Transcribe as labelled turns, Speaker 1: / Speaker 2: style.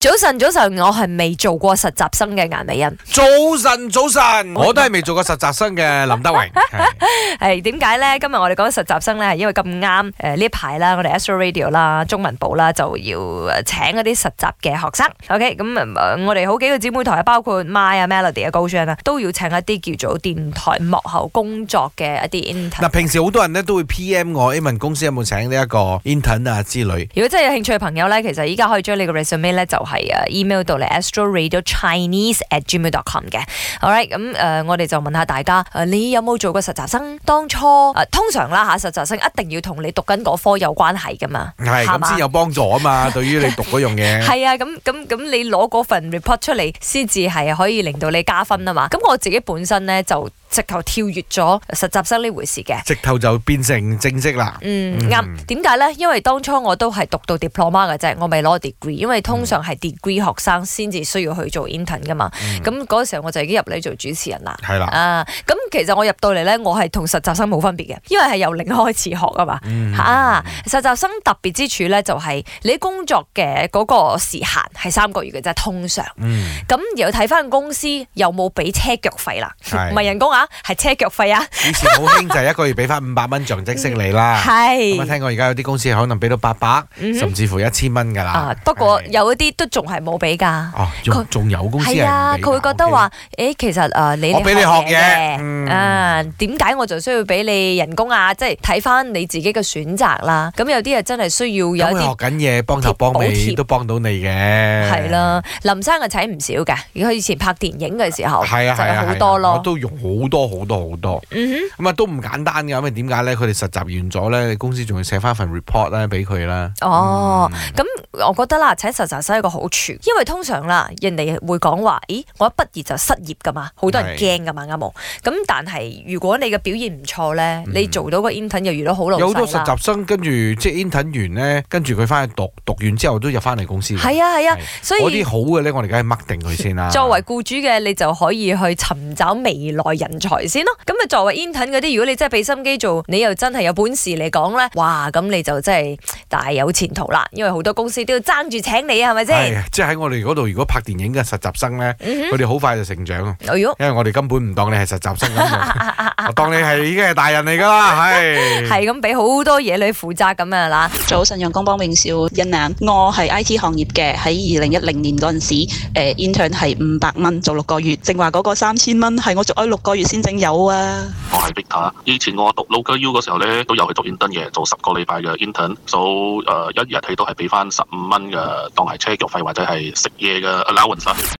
Speaker 1: 早晨，早晨，我係未做過實習生嘅顏美欣。
Speaker 2: 早晨，早晨，我都係未做過實習生嘅林德 榮。係
Speaker 1: 係點解咧？今日我哋講實習生咧，係因為咁啱誒呢排啦，我哋 Astro Radio 啦、中文部啦就要誒請嗰啲實習嘅學生。OK，咁、嗯呃我哋好幾個姊妹台，包括 My 啊、Melody 啊、高 Shan 啊，都要請一啲叫做電台幕後工作嘅一啲 intern
Speaker 2: 嗱，。平時好多人咧都會 P.M 我，英文公司有冇請呢一個 intern 啊之類。
Speaker 1: 如果真係有興趣嘅朋友咧，其實依家可以將你個 resume 咧就係誒 email 到嚟 astroradiochineseatgmail.com 嘅。好 right，咁誒、呃我哋就問下大家誒、呃你有冇做過實習生？當初誒、呃通常啦嚇，實習生一定要同你讀緊嗰科有關係噶嘛，
Speaker 2: 係
Speaker 1: 係嘛
Speaker 2: 咁先有嗯幫助啊 嘛，對於你讀嗰樣嘢。
Speaker 1: 係啊，咁咁咁，你攞嗰份 report 出嚟，先至係可以令到你加分啊嘛。咁我自己本身咧就直頭跳越咗實習生呢回事嘅。
Speaker 2: 直頭就變成正職啦。
Speaker 1: 嗯，
Speaker 2: 嗯
Speaker 1: 啱。點解咧？因為當初我都係讀到 diploma 嘅啫，我未攞 degree，因為通
Speaker 2: 嗯
Speaker 1: 常係 degree 學生先至需要去做 intern 噶嘛。咁嗰時候我就已經入嚟做主持人啦。
Speaker 2: 係啦，
Speaker 1: 啊，咁其實我入到嚟咧，我係同實習生冇分別嘅，因為係由零開始學啊嘛。
Speaker 2: 嗯
Speaker 1: 啊，實習生特別之處咧，就係你工作嘅嗰個時限係三個月嘅啫，通常。
Speaker 2: 嗯，
Speaker 1: 咁又要睇翻公司有冇俾車腳費啦，
Speaker 2: 係
Speaker 1: 唔係人工啊，係車腳費啊，
Speaker 2: 以前好興就係一個月俾翻五百蚊象徵息你啦。咁啊，
Speaker 1: 係。
Speaker 2: 聽過而家有啲公司可能俾到八百，
Speaker 1: 嗯哼
Speaker 2: 甚至乎一千蚊㗎啦
Speaker 1: 啊。，不過
Speaker 2: 係
Speaker 1: 有一啲都仲係冇俾㗎。
Speaker 2: 哦，仲
Speaker 1: 佢
Speaker 2: 仲有公司係
Speaker 1: 係啊，
Speaker 2: 唔俾㗎
Speaker 1: 佢會覺得
Speaker 2: OK
Speaker 1: 話，誒，其實誒你
Speaker 2: 我俾你學
Speaker 1: 學
Speaker 2: 嘢
Speaker 1: 嘅。
Speaker 2: 嗯
Speaker 1: 啊，點解我就需要俾你人工啊？即係睇翻你自己嘅選擇啦。咁有啲啊真係需要有一
Speaker 2: 咁佢學
Speaker 1: 啲
Speaker 2: 緊嘢，幫頭幫
Speaker 1: 貼補
Speaker 2: 尾
Speaker 1: 貼
Speaker 2: 都幫到你嘅。
Speaker 1: 係
Speaker 2: 係，
Speaker 1: 啦。林生啊，請唔少嘅。如果佢以前拍電影嘅時候，
Speaker 2: 係啊
Speaker 1: 就
Speaker 2: 係
Speaker 1: 有
Speaker 2: 啊，
Speaker 1: 好多
Speaker 2: 係啊我
Speaker 1: 咯。
Speaker 2: 都用好多好多好多。
Speaker 1: 嗯
Speaker 2: 咁啊都唔簡單㗎，因為點解咧？佢哋實習完咗咧，你公司仲要寫翻份 report 咧俾佢啦。
Speaker 1: 哼，哦。
Speaker 2: 嗯
Speaker 1: 咁我覺得啦，請實習生有一個好處，因為通常啦，人哋會講話，咦，我一畢業就失業噶嘛，好多人驚噶嘛，啱冇？咁但係如果你嘅表現唔錯咧，你做到個 intern 又遇到好老
Speaker 2: 嗯有好多
Speaker 1: 細
Speaker 2: 實
Speaker 1: 啦。
Speaker 2: 習生跟住即係 intern 完咧，跟住佢翻去讀，讀完之後都入翻嚟公司嘅。
Speaker 1: 係啊係啊
Speaker 2: 係，
Speaker 1: 所
Speaker 2: 嗰
Speaker 1: 以
Speaker 2: 啲好啊嘅咧，我哋梗係 mark 定佢先啦。
Speaker 1: 作為僱主嘅你就可以去尋找未來人才先咯。咁啊，作為 intern 嗰啲，如果你真係俾心機做，你又真係有本事嚟講咧，哇！咁你就真係大有前途啦，因為好多公司都要爭住請你啊，係咪先？
Speaker 2: 係即係喺我哋嗰度，如果拍電影嘅實習生咧，
Speaker 1: 嗯
Speaker 2: 佢哋好快就成長。啊
Speaker 1: 哼，哎呦，
Speaker 2: 因為我哋根本唔當你係實習生咁 樣，我當你係已經係大人嚟㗎啦，係。
Speaker 1: 係咁俾好多嘢你負責咁啊啦。
Speaker 3: 早晨，陽光幫永少欣啊！我係 I T 行業嘅，喺二零一零年嗰陣時，呃 intern 係五百蚊做六個月，正話嗰個三千蚊係我做咗六個月先整有啊！
Speaker 4: 我係 Victor。以前我讀 Local U 嗰時候咧，都有去讀 intern 嘅，做十個禮拜嘅 intern，做誒一日起都係俾翻十五蚊嘅，當係車腳費或者係食嘢嘅 allowance 啦